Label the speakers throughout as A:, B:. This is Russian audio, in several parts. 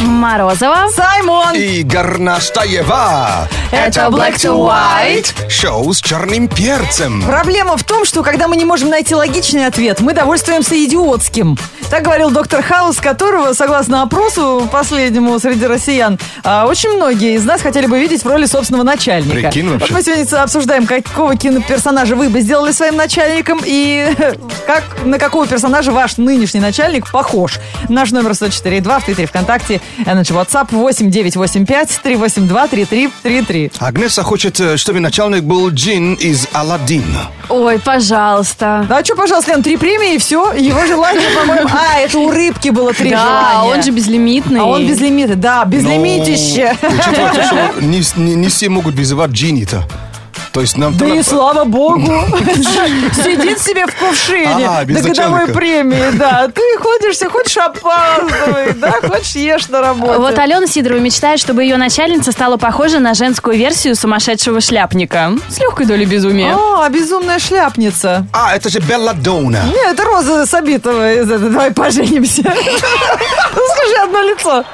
A: Морозова.
B: Саймон!
C: И Горнаштаева.
A: Это Black to White.
C: Шоу с черным перцем.
B: Проблема в том, что когда мы не можем найти логичный ответ, мы довольствуемся идиотским. Так говорил доктор Хаус, которого, согласно опросу последнему среди россиян, а, очень многие из нас хотели бы видеть в роли собственного начальника.
C: Прикинь вообще.
B: Вот мы сегодня обсуждаем, какого киноперсонажа вы бы сделали своим начальником и как, на какого персонажа ваш нынешний начальник похож. Наш номер 104.2 в Твиттере ВКонтакте, э, значит, WhatsApp 8985 382 3333.
C: Агнеса хочет, э, чтобы начальник был Джин из Алладина.
A: Ой, пожалуйста.
B: Ну а что, пожалуйста, Лен, три премии и все. Его желание, по-моему... А, это у рыбки было три
A: Да,
B: желания.
A: он же безлимитный.
B: А он безлимиты, да,
C: Ну,
B: безлимитище.
C: Учитывая то, что не, с- не- не все могут вызывать Джинни-то. То есть нам
B: Да
C: там-
B: и слава богу. Сидит себе в
C: Ага,
B: кувшине
C: без
B: до годовой
C: начальника.
B: премии, да. Ты ходишься, хочешь опаздывай, да, хочешь ешь на работу.
A: Вот э, Алена Сидорова мечтает, чтобы ее начальница стала похожа на женскую версию сумасшедшего шляпника. С легкой долей безумия.
B: О, А, безумная шляпница.
C: А, это же Белладона.
B: Не, это Роза Сабитова из этого. Давай поженимся. Ну, Скажи одно лицо.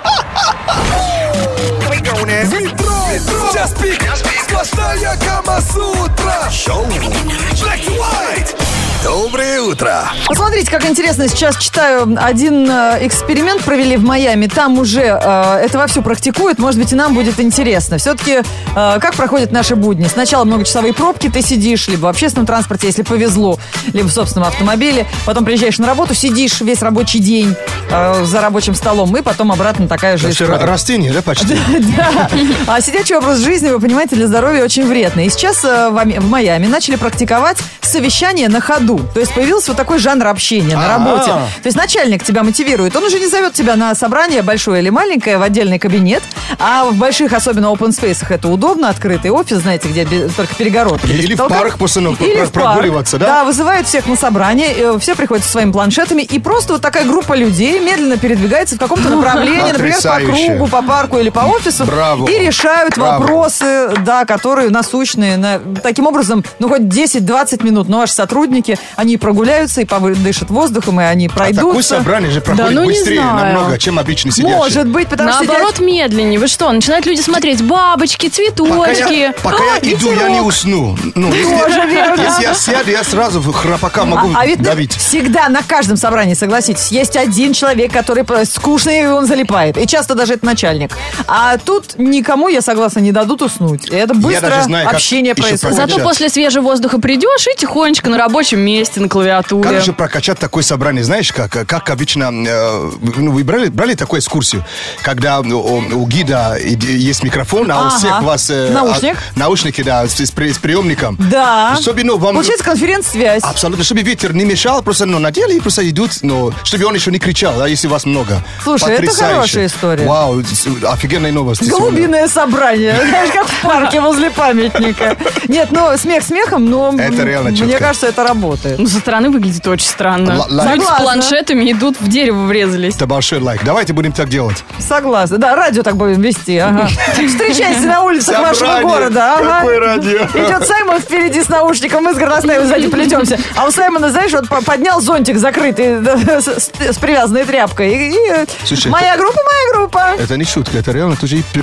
D: Шоу. Black to White. Доброе утро.
B: Посмотрите, как интересно, сейчас читаю, один э, эксперимент провели в Майами, там уже э, это вовсю практикуют, может быть, и нам будет интересно. Все-таки, как проходят наши будни? Сначала многочасовые пробки, ты сидишь либо в общественном транспорте, если повезло, либо в собственном автомобиле, потом приезжаешь на работу, сидишь весь рабочий день э, за рабочим столом, и потом обратно такая же
C: Вообще
B: история.
C: ра- растение, да, почти?
B: Да. А сидячий образ жизни, вы понимаете, для здоровья очень вредный. И сейчас э, в Ами- в Майами начали практиковать совещание на ходу. То есть появился вот такой жанр общения на
C: А-а.
B: работе. То есть начальник тебя мотивирует. Он уже не зовет тебя на собрание, большое или маленькое, в отдельный кабинет. А в больших, особенно open спейсах это удобно. Открытый офис, знаете, где без- только перегородки.
C: Или в
B: Толкать-
C: парах после ну,
B: Или
C: про-
B: в парк.
C: прогуливаться, да?
B: Да, вызывает всех на собрание, э, все приходят со своими планшетами, и просто вот такая группа людей медленно передвигается в каком-то направлении, например, по
C: Потрясающе.
B: кругу, по парку или по офису,
C: Браво.
B: и решают
C: Браво.
B: вопросы, да, которые насущные. На- Таким образом, ну, хоть 10-20 минут, но ваши сотрудники, они прогуляются и подышат воздухом, и они
C: А такое
B: пройдутся.
C: собрание же проходит
A: ну не
C: быстрее
A: знаю.
C: намного, чем обычный сидящий.
B: Может быть, потому что сидят-
A: Наоборот, медленнее. Вы что, начинают люди смотреть бабочки,
C: Пока я-
A: цветочки.
C: Пока я,
A: А,
C: иду, я не
A: ветерок.
C: усну. Ну, если, если я сяду, я сразу в храпака могу
B: А, а ведь
C: давить.
B: всегда на каждом собрании, согласитесь, есть один человек, который про- скучный, и он залипает. И часто даже это начальник. А тут никому, я согласна, не дадут уснуть. И это быстро
C: даже знаю, как
B: общение
C: еще
B: происходит.
C: прокачать.
A: Зато после свежего воздуха придешь и тихонечко на рабочем месте, на клавиатуре.
C: Как же прокачать такое собрание? Знаешь, как, как обычно, э, ну, вы брали, брали такую экскурсию, когда ну, у, у гида и- и есть микрофон, а
B: Ага.
C: у всех у вас... э,
B: Наушник.
C: а- наушники, да, с, с при- с приемником.
B: Да.
C: Особенно вам...
B: Получается конференц-связь.
C: Абсолютно, чтобы ветер не мешал, просто ну, надели и просто идут, но чтобы он еще не кричал, да, если вас много.
B: Слушай, это хорошая история.
C: Вау, с- офигенные новости. сегодня.
B: Голубиное собрание, знаешь, как в парке возле памятника. Нет, ну, смех смехом, но м,
C: Это реально
B: мне
C: четко.
B: кажется, это работает.
A: Ну, со стороны выглядит очень странно.
C: Л- лайк.
A: Люди с
B: Согласна.
A: планшетами идут в дерево врезались.
C: Это большой лайк. Давайте будем так делать.
B: Согласна. Да, радио так будем вести. Ага. Встречайся на улицах вашего
C: Собрание.
B: города. Ага.
C: Какое радио?
B: Идет Саймон впереди с наушником, мы с горностаем сзади плетемся. А у Саймона, знаешь, вот по- поднял зонтик закрытый да, с, с- с привязанной тряпкой. И- и, э,
C: Слушай,
B: моя группа, моя группа.
C: Это не шутка, это реально тоже и при-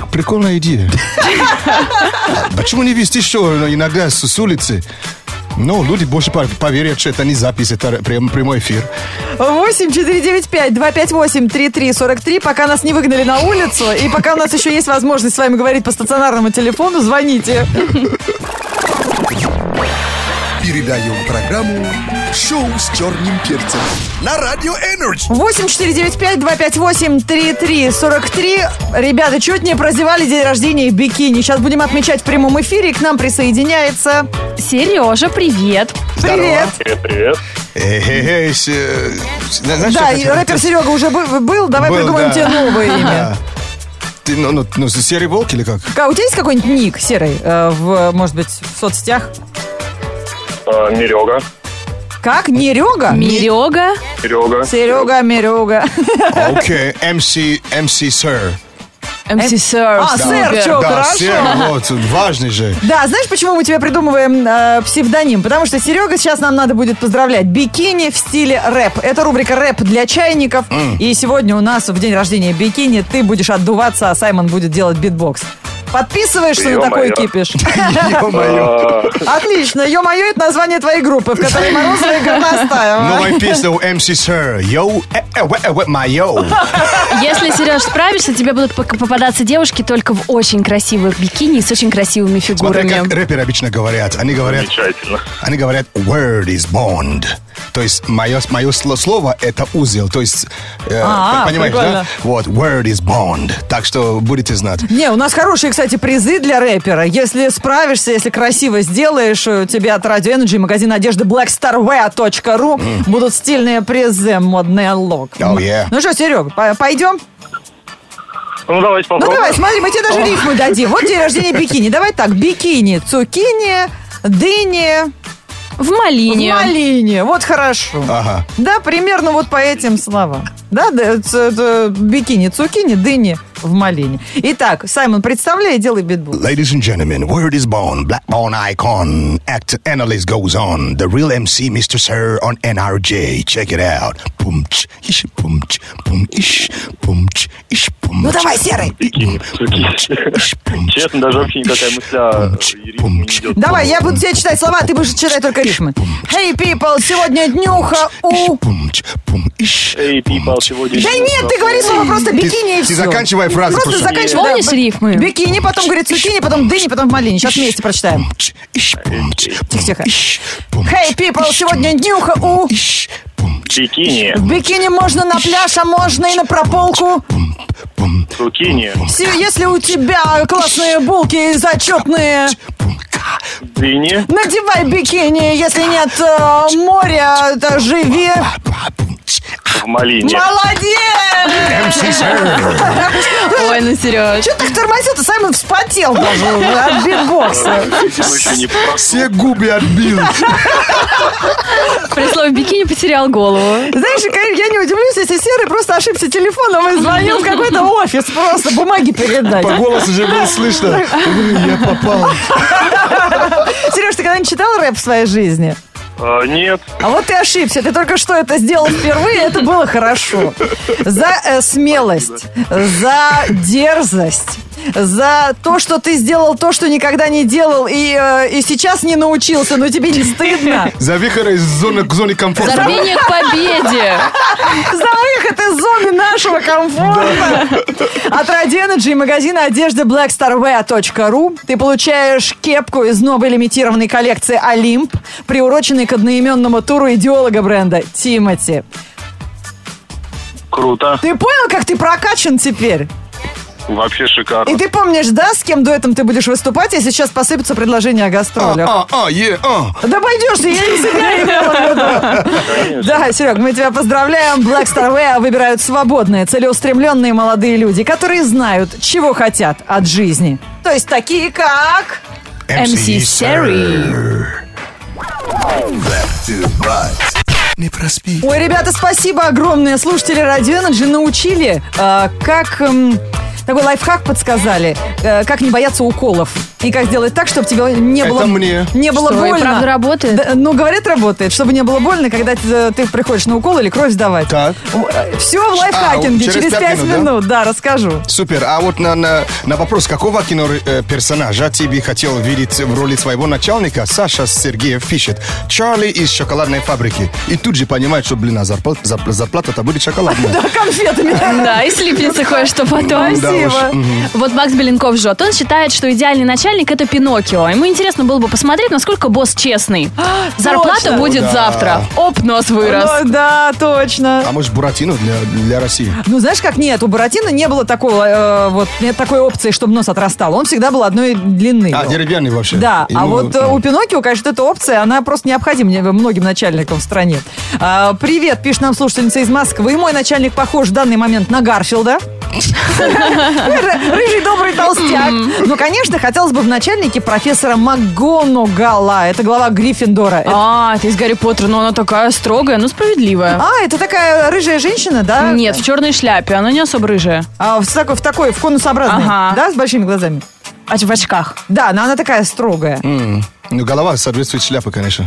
C: прикольная идея. Почему не вести что иногда с, с улицы? Ну, люди больше пов- поверят, что это не запись, это ре- прям- прямой эфир.
B: 8 495 258 3343. Пока нас не выгнали на улицу, и пока у нас еще есть возможность с вами говорить по стационарному телефону, звоните.
D: Передаем программу «Шоу с черным перцем» на Радио Энерджи.
B: 8495-258-3343. Ребята, чуть не прозевали день рождения в бикини. Сейчас будем отмечать в прямом эфире. И к нам присоединяется...
A: Сережа, привет.
B: Привет!
E: Привет, привет.
C: Эй-эй-эй, с- э, с- зна- знаешь, что
B: Да,
C: я
B: и
C: хотел
B: рэпер
C: сказать?
B: Серега уже бы- был. Давай
C: Был,
B: придумаем
C: да.
B: тебе новое имя.
C: Да. Ты, ну, ну, ну, серый волк или как?
B: А у тебя есть какой-нибудь ник серый, э, в, может быть, в соцсетях?
E: А, Мерега.
B: Как? Нерега?
A: Мирега.
E: Серега.
C: А,
B: Серега, Мерега.
C: Окей, MC, MC Sir.
A: MC Sir.
B: А, сэр,
A: Эм, супер.
B: чё,
C: Да,
B: хорошо.
C: Серега, вот, важный же.
B: Да, знаешь, почему мы тебе придумываем э, псевдоним? Потому что Серега сейчас нам надо будет поздравлять. Бикини в стиле рэп. Это рубрика «Рэп для чайников». И сегодня у нас в день рождения бикини ты будешь отдуваться, а Саймон будет делать битбокс. Подписываешься на такой
E: Ё-моё.
B: кипиш?
C: Ё-моё.
E: А,
B: Отлично. Ё-моё, это название твоей группы, в которой Морозова и Горностаева.
C: Новая песня у MC Sir. Йоу, э, э, уэ, э, уэ, майо.
A: Если, Сереж, справишься, тебе будут пок- попадаться девушки только в очень красивых бикини и с очень красивыми
C: Смотри,
A: фигурами.
C: как рэперы обычно говорят. Они говорят,
E: замечательно. Ну,
C: они говорят, word is bond. То есть мое, мое сло- слово это узел. То есть, э,
B: А,
C: пон- понимаешь,
B: прикольно.
C: да? Вот, word is bond. Так что будете знать.
B: Не, у нас хорошие, кстати, призы для рэпера. Если справишься, если красиво сделаешь, э, тебе от Radio Energy магазин одежды blackstarwear.ru будут стильные призы, модный лог.
C: Oh, yeah.
B: Ну что, Серег, по- пойдем?
E: Ну, давайте
B: Ну
E: попробуем.
B: давай, смотри, мы тебе даже рифму дадим. Вот день рождения бикини. Давай так, бикини, цукини, дыни,
A: В
B: в
A: малине.
B: малине. Вот хорошо.
C: Ага.
B: Да, примерно вот по этим словам. Да, да, ц- ц- бикини, цукини, дыни в малине. Итак, Саймон, представляй и делай битбол.
C: Ladies and gentlemen, word is born, Blackborn icon, act analyst goes on, the real MC Mr. Sir on NRJ, check it out. Пумч, иш, пумч, пум, иш, пумч, иш, пумч.
B: Ну давай, Серый.
C: М, пумч, иш, пумч,
E: Честно, даже вообще никакая
C: пумч,
E: мысля
C: пумч,
E: и ритм не
C: пумч.
E: идет.
B: Давай, я буду тебе читать слова, а ты будешь читать только рифмы. Hey, people, сегодня днюха у...
C: Пумч, пум, иш,
E: Эй, people,
C: пумч.
E: сегодня...
B: Да
E: еще
B: нет, ты говори слово просто бикини и
C: ты
B: все.
C: заканчивай фразу
B: Просто
C: просто.
B: заканчивай. да.
A: Помнишь рифмы?
B: Бикини, потом, говорит, цукини, потом дыни, потом в малине. Сейчас вместе прочитаем.
C: Пумч, иш, пумч,
B: Тихо-тихо.
C: иш, пумч,
B: Hey, people,
C: иш,
B: сегодня
C: пумч,
B: днюха у...
C: иш, пумч,
E: Бикини,
B: В бикини можно на пляж, а можно и на прополку.
C: пум, пум,
E: цукини,
B: Се- Если у тебя классные булки и зачетные,
C: пум, ка.
E: дыни,
B: надевай бикини. Если нет э, моря, то живи.
E: в малине.
B: Молодец!
C: MC Sir.
A: Ой, ну, Сереж.
B: Что так тормозил? Ты Саймон вспотел даже ну, от битбокса.
E: Почему еще А, не просто?
C: Все губы отбил.
A: При слове бикини потерял голову.
B: Знаешь, Карин, я не удивлюсь, если Серый просто ошибся телефоном и звонил в какой-то офис просто бумаги передать.
C: По голосу же было слышно. Ой, Я попал.
B: Сереж, ты когда-нибудь читал рэп в своей жизни?
E: А, Нет,
B: А вот ты ошибся, ты только что это сделал впервые, это было хорошо. За э, смелость, за дерзость, за то, что ты сделал то, что никогда не делал и, э, и сейчас не научился, но тебе не стыдно.
C: За вихрь из зоны, к зоне комфорта.
A: Рвение к победе.
B: За выход из зоны нашего комфорта. От Radenergy и магазина одежды blackstarwear.ru ты получаешь кепку из новой лимитированной коллекции «Олимп», приуроченной к одноименному туру идеолога бренда Тимати.
E: круто.
B: Ты понял, как ты прокачан теперь?
E: Вообще
B: И
E: шикарно.
B: ты помнишь, да, с кем дуэтом ты будешь выступать, если сейчас посыпятся предложения о гастролях?
C: А, а, е, а.
B: Да пойдешь ты, я не себя имела в виду. Да, Серег, мы тебя поздравляем. Black Star Way выбирают свободные, целеустремленные молодые люди, которые знают, чего хотят от жизни. То есть такие как...
C: Эм,
A: MC Siri.
D: Не проспи.
B: Ой, ребята, спасибо огромное. Слушатели Radio Energy научили, э, как... эм, такой лайфхак подсказали, э, как не бояться уколов. И как сделать так, чтобы тебе не
C: Это
B: было,
C: мне.
B: Не было
A: Что, и
B: больно.
A: правда работает?
B: Да, ну, говорят, работает, чтобы не было больно, когда ты, ты приходишь на укол или кровь сдавать.
C: Так.
B: Все э, в лайфхакинге.
C: А, через
B: через, 5
C: пять минут, да?
B: минут, да, расскажу.
C: Супер. А вот на, на, на вопрос, какого кино э, персонажа тебе хотел видеть в роли своего начальника, Саша Сергеев пишет. Чарли из шоколадной фабрики. И тут же понимает, что, блин, а зарпла- зарп- зарплата-то будет шоколадная.
B: Конфетами.
A: Да, и слипнется кое-что потом.
C: Да уж.
B: Спасибо.
A: Вот Макс Беленков жжет. Он считает, что идеальный начальник это Пиноккио. Ему интересно было бы посмотреть, насколько босс честный. Зарплата
B: точно.
A: будет
C: Да.
A: завтра. Оп, нос вырос.
B: Ну, да, точно.
C: А может, Буратино для, для России? А,
B: Ну, знаешь, как нет, у Буратино не было такого, э, вот, нет такой опции, чтобы нос отрастал. Он всегда был одной длины.
C: А,
B: был.
C: деревянный ну, вообще.
B: Да, а
C: Ему-
B: вот э, у Пиноккио, конечно, эта опция, она просто необходима мне- многим начальникам в стране. А, Привет, пишет нам слушательница из Москвы. Мой начальник похож в данный момент на Гарфилда. Ры- Рыжий добрый толстяк. Ну, конечно, хотелось бы в начальнике профессора МакГонагала. Это глава Гриффиндора. Это-
A: А, ты из Гарри Поттера, но она такая строгая, но справедливая.
B: А, это такая рыжая женщина, да?
A: Нет, в черной шляпе, она не особо рыжая.
B: А, в такой, в такой, в конусообразной,
A: Ага.
B: да, с большими глазами.
A: А в очках.
B: Да, но она такая строгая.
C: М, Ну, голова соответствует шляпе, конечно.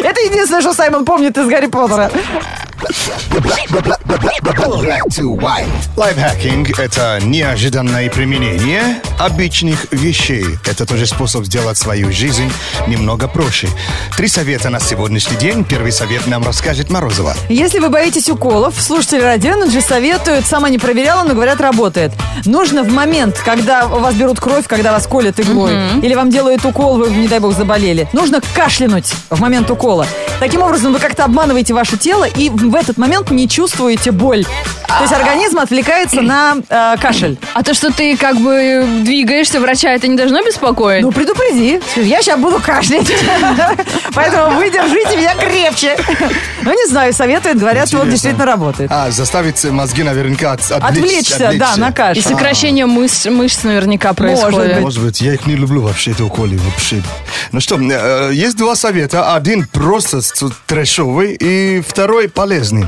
B: Это единственное, что Саймон помнит из Гарри Поттера.
C: Лайфхакинг – это неожиданное применение обычных вещей. Это тоже способ сделать свою жизнь немного проще. Три совета на сегодняшний день. Первый совет нам расскажет Морозова.
B: Если вы боитесь уколов, слушатели Радио Energy советуют, сама не проверяла, но говорят, работает. Нужно в момент, когда у вас берут кровь, когда вас колят иглой, или вам делают укол, вы, не дай бог, заболели, нужно кашлянуть в момент укола. Таким образом, вы как-то обманываете ваше тело и в этот момент не чувствуете боль. То есть организм отвлекается на э, кашель.
A: А то, что ты как бы двигаешься, врача это не должно беспокоить?
B: Ну, предупреди. Скажи, Я сейчас буду кашлять. Поэтому вы держите меня крепче. Ну, не знаю, советуют, говорят, что он
C: Интересно.
B: действительно работает.
C: А, заставить мозги наверняка от, отвлечь-
B: Отвлечься, да,
C: отвлечься.
B: на
A: И
B: кашль.
A: сокращение мышц, мышц наверняка происходит.
C: Может быть, я их не люблю вообще, это уколи вообще. Ну что, э, есть два совета. Один просто с- трэшовый и второй полезный.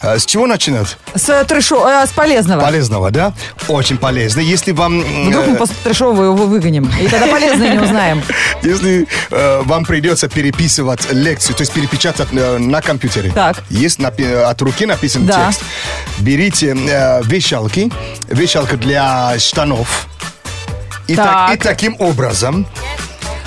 C: Э, С чего начинать?
B: С трэшо- э, с полезного.
C: Полезного, да? Очень полезно. Если вам... м,
B: Вдруг мы
C: э,
B: после трэшового его выгоним. И тогда полезное не узнаем.
C: Если э, вам придется переписывать лекцию, то есть перепечатать э, на компьютере,
B: Так.
C: есть напи- э, от руки написан
B: Да.
C: текст. Берите э, вешалки, вешалка для штанов. И, так-
A: Так.
C: и таким образом,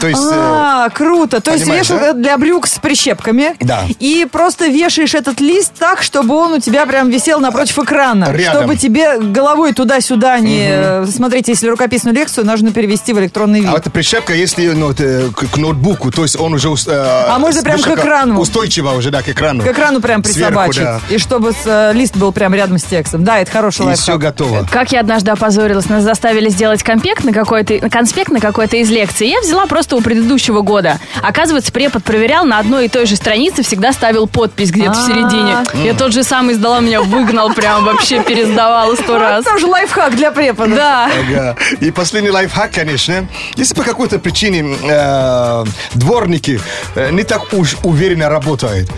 C: то есть... э,
B: А, круто. То есть
C: Понимаешь,
B: вешалка для брюк с прищепками.
C: Да.
B: И просто вешаешь этот лист так, чтобы он у тебя прям висел напротив экрана.
C: Рядом.
B: Чтобы тебе головой туда-сюда не... э, Смотрите, если рукописную лекцию нужно перевести в электронный вид.
C: А это прищепка, если ну, вот, э, к, к ноутбуку, то есть он уже... ус- э,
B: А можно прям к
C: вышка
B: экрану.
C: Устойчиво уже, да, к экрану.
B: К экрану прям
C: Сверху, да.
B: присобачить. И чтобы с, э, лист был прям рядом с текстом. Да, это хороший
C: И
B: лайфхак.
C: все готово.
A: Как я однажды опозорилась, нас заставили сделать конспект на какой-то, конспект на какой-то из лекций. Я взяла просто у предыдущего года. Оказывается, препод проверял на одной и той же странице, всегда ставил подпись где-то в середине. Я тот же самый сдала, меня выгнал прям вообще, пересдавала сто раз.
B: Тоже А лайфхак для препода.
A: Да.
C: Ага. И последний лайфхак, конечно. Если по какой-то причине э, дворники э, не так уж уверенно работают.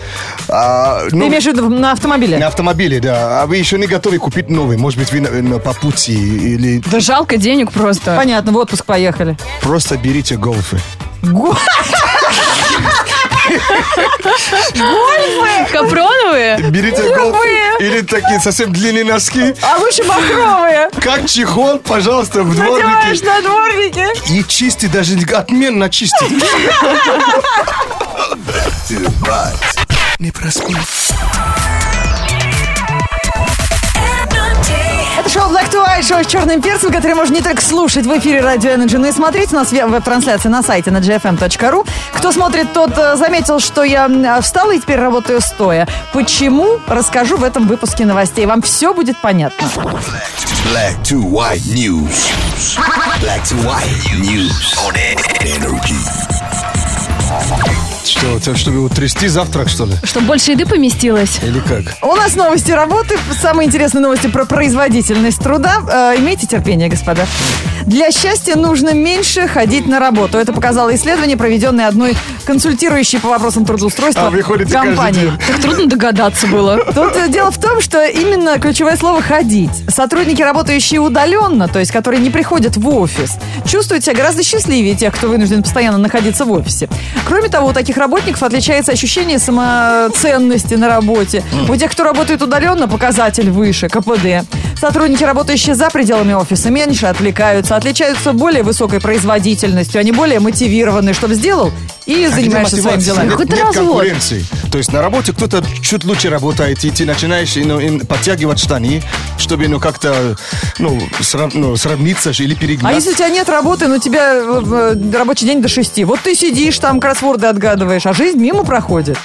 C: а,
B: Ты
C: ну,
B: имеешь в виду на автомобиле?
C: на автомобиле, да. А вы еще не готовы купить новый. Может быть, вы на- на- по пути или
A: Да жалко денег просто.
B: Понятно, в отпуск поехали.
C: просто берите голфы.
B: Го-
A: Капроновые?
C: Берите голфы или такие совсем длинные носки.
B: А лучше махровые.
C: Как чехол, пожалуйста, в
B: Надеваешь
C: дворнике.
B: на дворники.
C: И чистый, даже отменно чистый.
D: Не проспи.
B: Это шоу Black to White, шоу с черным перцем, который можно не только слушать в эфире Радио Energy, но и смотреть. У нас ве- веб-трансляция на сайте на gfm.ru. Кто смотрит, тот э, заметил, что я м, э, встала и теперь работаю стоя. Почему? Расскажу в этом выпуске новостей. Вам все будет понятно.
D: Black to white news. Black to white news on energy.
C: Что, то, чтобы утрясти завтрак, что ли?
A: Чтоб больше еды поместилось.
C: Или как?
B: У нас новости работы, самые интересные новости про производительность труда. Э, имейте терпение, господа. Для счастья нужно меньше ходить на работу. Это показало исследование, проведенное одной консультирующей по вопросам трудоустройства
C: А вы ходите каждый
B: компанией.
C: день?
A: Так трудно догадаться было.
B: Тут э, дело в том, что именно ключевое слово «ходить». Сотрудники, работающие удаленно, то есть которые не приходят в офис, чувствуют себя гораздо счастливее тех, кто вынужден постоянно находиться в офисе. Кроме того, у таких работников отличается ощущение самоценности на работе. У тех, кто работает удаленно, показатель выше, КПД. Сотрудники, работающие за пределами офиса, меньше отвлекаются, отличаются более высокой производительностью, они более мотивированы, чтобы сделал и занимаешься своими
C: мотивация?
B: делами.
C: Нет-
A: А Какой-то
C: нет
A: развод.
C: конкуренции. То есть на работе кто-то чуть лучше работает, и ты начинаешь ну, и подтягивать штаны, чтобы ну, как-то ну, срав- ну, сравниться ж или
B: А
C: перегнать.
B: если у тебя нет работы, но у тебя э, э, рабочий день до шести, вот ты сидишь там, кроссворды отгадываешь, а жизнь мимо проходит.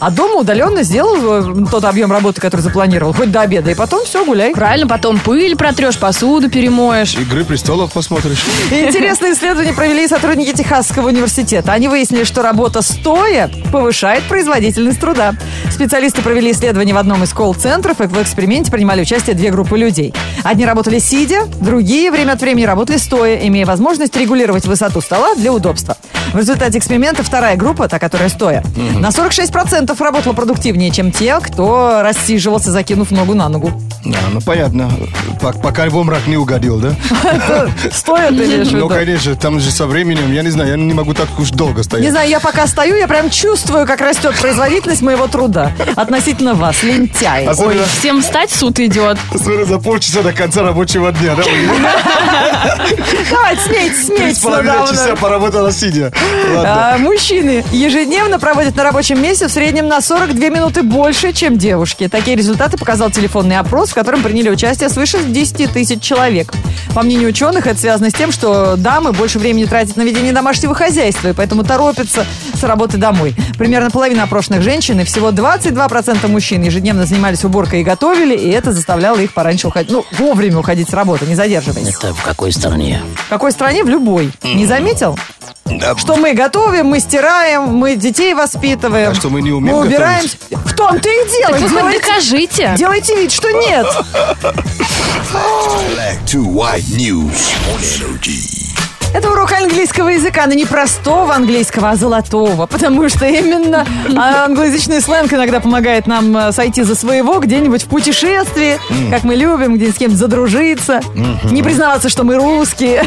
B: А дома удаленно сделал э, тот объем работы, который запланировал, хоть до обеда, и потом все, гуляй.
A: Правильно, потом пыль протрешь, посуду перемоешь.
C: Игры престолов посмотришь.
B: Интересное исследование провели сотрудники Техасского университета. Они выяснили, что работа стоя повышает производительность труда. Специалисты провели исследование в одном из колл-центров, и в эксперименте принимали участие две группы людей. Одни работали сидя, другие время от времени работали стоя, имея возможность регулировать высоту стола для удобства. В результате эксперимента вторая группа, та, которая стоя, на 46% работала продуктивнее, чем те, кто рассиживался, закинув ногу на ногу.
C: Да, ну понятно. Пок- Пока в рак не угодил, да?
B: Стоя, ты имеешь в
C: Ну,
B: виду?
C: конечно, там же со временем, я не знаю, я не могу так уж долго
B: Не
C: стоять.
B: знаю, я пока стою, я прям чувствую, как растет производительность моего труда относительно вас, лентяи.
C: Особенно,
A: Всем встать, суд идет.
C: особенно А за полчаса до конца рабочего дня, да? Ой,
B: Давайте, смейтесь,
C: Три с
B: смейтесь надо
C: половиной
B: мной.
C: часа поработала сидя. Ладно.
B: А, мужчины ежедневно проводят на рабочем месте в среднем на 42 минуты больше, чем девушки. Такие результаты показал телефонный опрос, в котором приняли участие свыше 10 тысяч человек. По мнению ученых, это связано с тем, что дамы больше времени тратят на ведение домашнего хозяйства, и поэтому торопятся с работы домой. Примерно половина опрошенных женщин и всего 22% мужчин ежедневно занимались уборкой и готовили, и это заставляло их пораньше уходить. Ну, вовремя уходить с работы, не задерживаясь.
F: Это в какой стране?
B: В какой стране? В любой. Не заметил?
D: Да.
B: Что мы готовим, мы стираем, мы детей воспитываем.
C: А что, мы не умеем
B: Мы убираем. В том-то и дело.
A: Так а- вы хоть
B: Делайте-
A: докажите.
B: Делайте вид, что нет.
D: Black to white news on energy.
B: Это урок английского языка, но не простого английского, а золотого. Потому что именно а, англоязычный сленг иногда помогает нам а, сойти за своего где-нибудь в путешествии, как мы любим, где-нибудь с кем-то задружиться, не признаваться, что мы русские.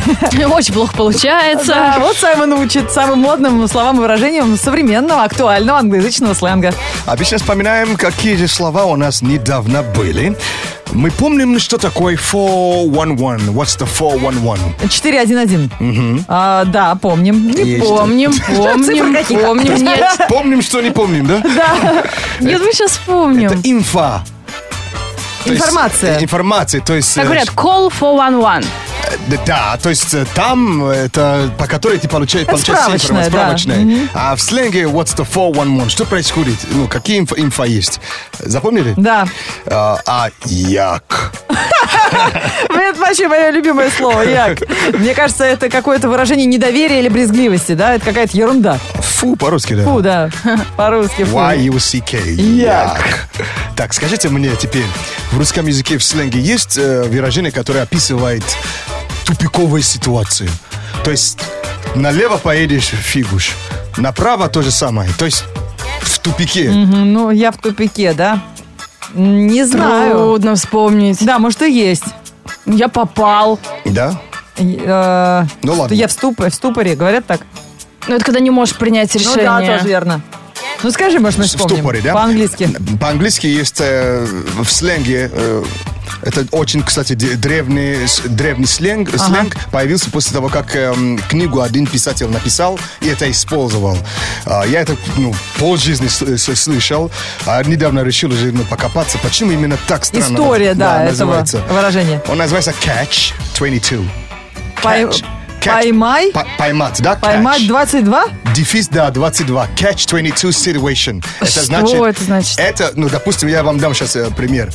A: Очень плохо
B: Да,
A: получается.
B: вот Саймон учит самым модным словам и выражениям современного, актуального англоязычного сленга.
C: Обычно А вспоминаем, какие же слова у нас недавно были. Мы помним, ну, что такое 411. What's the 411?
B: 4-1-1. А, да, помним.
C: Есть.
B: Не
A: Помним,
B: Цифры
A: помним,
B: какие-то.
A: помним. Нет,
C: Помним, что не помним, да?
A: нет, мы сейчас
C: Это
A: вспомним.
C: инфа. То есть,
B: Информация.
C: э, информация, то есть...
A: Как
C: э,
A: говорят, call 411.
C: э, Да, то есть э, там, э, это по которой типа, ты получаешь,
B: Это
C: получаешь все
B: справочная,
C: информацию,
B: да.
C: справочная. А в сленге what's the 411? Что происходит? Ну, какие инфа, инфа есть? Запомнили?
B: Да.
C: А, а, як.
B: Это вообще мое любимое слово, як. Мне кажется, это какое-то выражение недоверия или брезгливости, да? Это какая-то ерунда.
C: Фу, по-русски, да?
B: Фу, да. По-русски. фу.
C: Y-U-C-K.
B: Як.
C: Як. Так, скажите мне теперь, в русском языке в сленге есть э, выражение, которое описывает тупиковые ситуации? То есть налево поедешь фигуш, направо то же самое. То есть в тупике.
B: Мгм, Ну, я в тупике, да? М, Не знаю.
A: Трудно вспомнить.
B: Да, может, и есть.
A: Я попал.
C: Да?
B: Э,
C: Ну, ладно.
B: что Я в ступоре, в ступоре, говорят так?
A: Ну, это когда не можешь принять
B: Ну да, тоже
A: решение.
B: верно. Ну скажи, может, мы
C: В
B: вспомним.
C: ступоре, да?
B: По-английски.
C: По-английски есть э, в сленге... э, это очень, кстати, де- древний, с- древний сленг, сленг появился после того, как эм, книгу один писатель написал и это использовал. А, я это ну, полжизни с- с- слышал, а недавно решил уже ну, покопаться, почему именно так странно
B: История,
C: наз-
B: да, этого
C: называется.
B: выражения.
C: Он называется Catch 22.
B: Пой-
C: Catch. Catch.
B: Поймай,
C: Па- Поймать, да?
B: поймать
C: Catch.
B: 22?
C: Дефис, да, 22. Catch 22 situation.
A: Что
C: Это значит...
A: это значит?
C: Это, ну, допустим, я вам дам сейчас пример.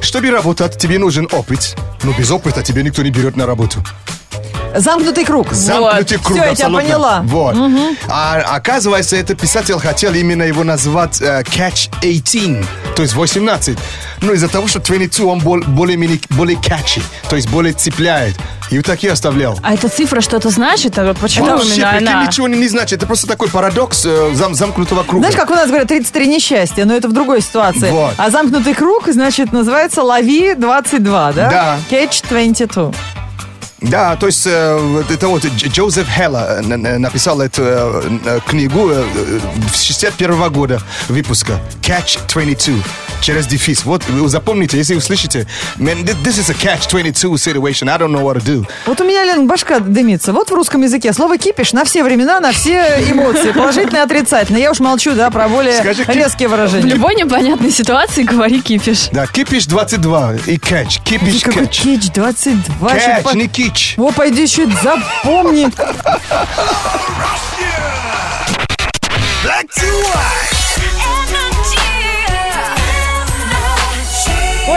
C: Чтобы работать, тебе нужен опыт, но без опыта тебе никто не берет на работу.
B: Замкнутый круг.
C: Замкнутый круг,
B: Все, я тебя
C: абсолютно.
B: поняла.
C: Вот. А оказывается, это писатель хотел именно его назвать э, Catch 18, то есть 18. Но из-за того, что 22, он бол- более-менее- более catchy, то есть более цепляет. И вот так и оставлял.
A: А эта цифра что-то значит? А вот почему
C: Вообще,
A: именно
C: прикинь,
A: она?
C: ничего не, не значит. Это просто такой парадокс э, зам- замкнутого круга.
B: Знаешь, как у нас говорят, 33 несчастья, но это в другой ситуации.
C: Вот.
B: А замкнутый круг, значит, называется «Лови 22», да?
C: Да.
B: Catch 22.
C: Да, то есть э, вот это вот Дж- Джозеф Хелла э, н- н- написал эту э, н- э, книгу э, э, в 61 года выпуска Catch 22 через дефис. Вот вы запомните, если услышите, man, thi- this is a catch 22 situation. I don't know what to do.
B: Вот у меня, Лен, башка дымится. Вот в русском языке слово «кипиш» на все времена, на все эмоции. Положительно и отрицательно. Я уж молчу, да, про более
C: Скажи, кип-
B: резкие
A: В
B: выражения.
A: любой непонятной ситуации говори кипиш.
C: Да, кипиш 22 и catch. Кипиш
B: Какой
C: catch.
B: кетч 22? Чё-то по-
C: Catch, не кич.
B: О, пойди еще запомни.
D: Black to white.
G: Energy.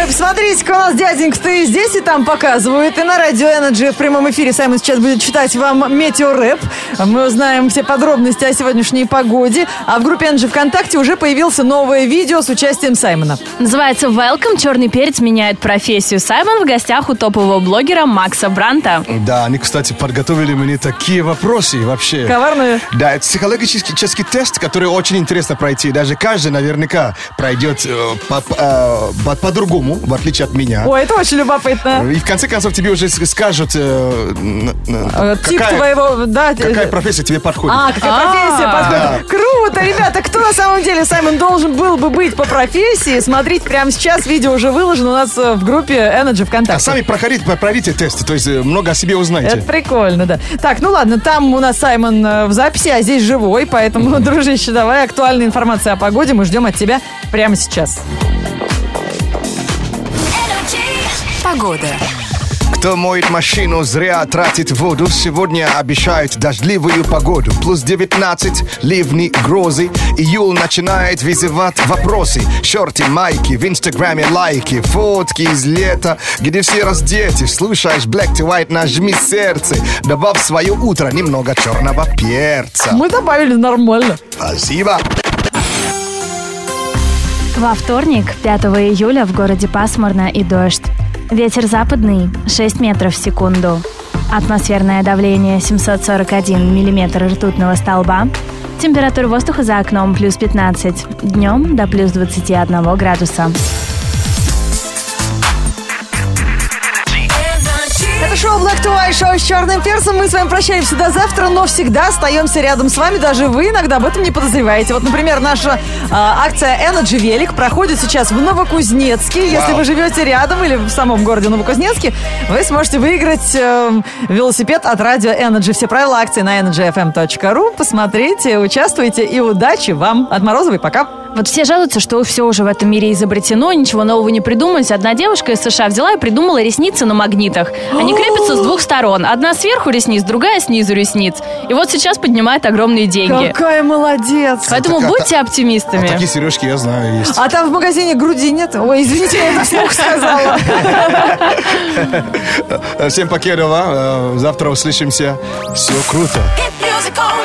B: смотрите-ка, у нас дяденька-то и здесь, и там показывают, и на радио Energy в прямом эфире. Саймон сейчас будет читать вам метеорэп. Мы узнаем все подробности о сегодняшней погоде. А в группе Energy ВКонтакте уже появился новое видео с участием Саймона.
A: Называется «Welcome. Черный перец меняет профессию». Саймон в гостях у топового блогера Макса Бранта.
C: Да, они, кстати, подготовили мне такие вопросы вообще.
B: Коварные.
C: Да, это психологический честный тест, который очень интересно пройти. Даже каждый наверняка пройдет э, по- э, по- по-другому, в отличие от меня.
B: Ой, это очень любопытно.
C: И в конце концов тебе уже с- скажут, э, н- н-
B: Э, Тип
C: какая,
B: твоего... Да, т-
C: какая профессия тебе подходит.
B: А, какая профессия
C: Да.
B: подходит. Круто, ребята, кто на самом деле, Саймон, должен был бы быть по профессии? Смотрите, прямо сейчас видео уже выложено у нас э, в группе Energy
C: А
B: ВКонтакте.
C: сами проходите, пройдите тест, то есть э, много о себе узнаете.
B: Это прикольно, да. Так, ну ладно, там у нас Саймон э, в записи, а здесь живой, поэтому, дружище, давай актуальная информация о погоде мы ждем от тебя прямо сейчас.
F: Погода.
C: Кто моет машину, зря тратит воду. Сегодня обещают дождливую погоду. Плюс 19, ливни, грозы. Июль начинает вызывать вопросы. Шорты, майки, в инстаграме лайки. Фотки из лета, где все раздеты. Слушаешь Black to White, нажми сердце. Добавь в свое утро немного черного перца.
B: Мы добавили нормально.
C: А Спасибо.
G: Во вторник, 5 июля, в городе пасмурно и дождь. Ветер западный 6 метров в секунду. Атмосферное давление 741 миллиметр ртутного столба. Температура воздуха за окном плюс 15. Днем до плюс 21 градуса.
B: Это шоу Black to White, шоу с черным перцем. Мы с вами прощаемся до завтра, но всегда остаемся рядом с вами. Даже вы иногда об этом не подозреваете. Вот, например, наша э, акция Energy Велик проходит сейчас в Новокузнецке. Если вы живете рядом или в самом городе Новокузнецке, вы сможете выиграть э, велосипед от радио Energy. Все правила акции на energyfm.ru. Посмотрите, участвуйте и удачи вам. От Морозовой пока.
A: Вот все жалуются, что все уже в этом мире изобретено, ничего нового не придумать. Одна девушка из США взяла и придумала ресницы на магнитах. Они крепятся с двух сторон. Одна сверху ресниц, другая снизу ресниц. И вот сейчас поднимает огромные деньги.
B: Какая молодец!
A: Поэтому
C: Так, а
A: будьте
C: А
A: оптимистами.
C: такие сережки я знаю есть.
B: А там в магазине груди нет? Ой, извините, я это вслух сказала.
C: Э, Всем покедова. Завтра услышимся. Все круто.
F: Hit music all